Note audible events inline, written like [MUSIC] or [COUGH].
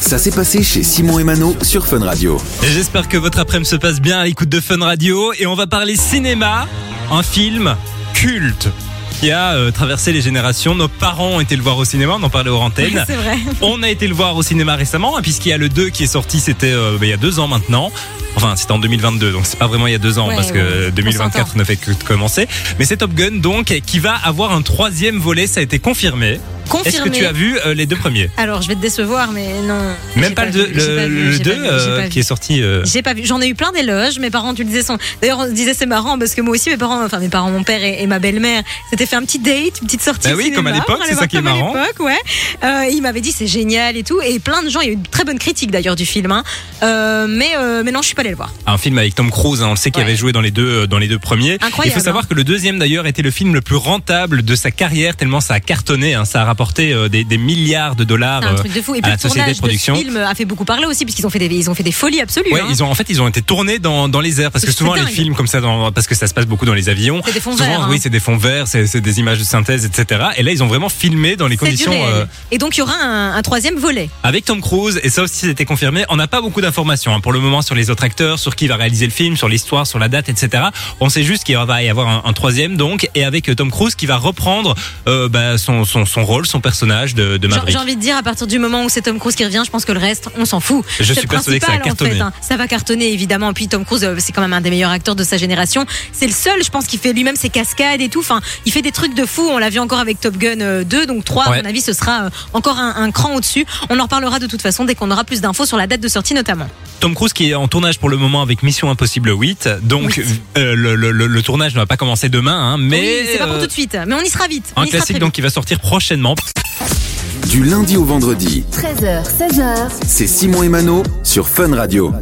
Ça s'est passé chez Simon et Mano sur Fun Radio. J'espère que votre après-midi se passe bien à l'écoute de Fun Radio et on va parler cinéma, un film culte qui a euh, traversé les générations. Nos parents ont été le voir au cinéma, on en parlait aux Oui, antennes. [LAUGHS] C'est vrai. On a été le voir au cinéma récemment, et puisqu'il y a le 2 qui est sorti, c'était euh, bah, il y a deux ans maintenant. Enfin, c'était en 2022, donc c'est pas vraiment il y a deux ans, Ouais, parce ouais, que on 2024 ne fait que de commencer. Mais c'est Top Gun, donc, qui va avoir un troisième volet, ça a été confirmé. Confirmé. Est-ce que tu as vu euh, les deux premiers Alors, je vais te décevoir, mais non. Même J'ai pas, le vu, 2, j'ai pas vu, j'ai pas vu, j'ai pas vu. qui est sorti. euh, J'ai pas vu. J'en ai eu plein d'éloges. Mes parents, tu le disais, sont. D'ailleurs, on se disait c'est marrant parce que moi aussi, mes parents, enfin mes parents, mon père et, et ma belle-mère, s'étaient fait un petit date, une petite sortie. Bah au oui, cinéma, comme à l'époque, on allait c'est ça voir qui est comme à marrant. l'époque, ouais. Euh, ils m'avaient dit c'est génial et tout, et plein de gens. Il y a eu de très bonnes critiques d'ailleurs du film. hein. Euh, mais euh, mais non, je suis pas allée le voir. un film avec Tom Cruise, hein, on le sait qu'il Ouais. avait joué dans les deux, euh, dans les deux premiers. Incroyable, hein. Il faut savoir que le deuxième d'ailleurs était le film le plus rentable de sa carrière tellement ça a cartonné, hein, ça a rapporté euh, des, des milliards de dollars. C'est un euh, truc de fou. Et à puis la le société tournage de production. de ce film hein. a fait beaucoup parler aussi, puisqu'ils ont fait des ils ont fait des folies absolues. Ouais, hein. ils ont en fait ils ont été tournés dans, dans les airs parce que C'est souvent les dingue. films comme ça dans, parce que ça se passe beaucoup dans les avions. C'est des fonds souvent verts, hein. oui c'est des fonds verts, c'est c'est des images de synthèse etc. Et là ils ont vraiment filmé dans les C'est du conditions réel. euh, Et donc il y aura un, un troisième volet. avec Tom Cruise et ça aussi c'était confirmé. On n'a pas beaucoup d'informations hein, pour le moment sur les autres acteurs, sur qui va réaliser le film, sur l'histoire, sur la date, etc. On sait juste qu'il va y avoir un, un troisième donc et avec euh, Tom Cruise qui va reprendre euh, bah, son, son, son rôle, son personnage de, de J'ai- Maverick. J'ai envie de dire, à partir du moment où c'est Tom Cruise qui revient, je pense que le reste, on s'en fout. Je C'est suis le persuadé que ça va principal, en cartonner. fait, hein. Ça va cartonner, évidemment. Puis Tom Cruise, euh, c'est quand même un des meilleurs acteurs de sa génération. C'est le seul, je pense, qui fait lui-même ses cascades et tout. Enfin, il fait des trucs de fou. On l'a vu encore avec Top Gun euh, 2, donc 3, Ouais. à mon avis, ce sera euh, encore un, un cran au-dessus. On en reparlera de toute façon dès qu'on aura plus d'infos sur la date de sortie, notamment. Tom Cruise qui est en tournage pour le moment avec Mission Impossible 8. Donc euh, le, le- le- le tournage ne va pas commencer demain, hein, mais Oui, c'est pas pour euh, tout de suite, mais on y sera vite. On un y sera très classique vite. donc qui va sortir prochainement. Du lundi au vendredi, 13h, 16h, c'est Simon et Mano sur Fun Radio.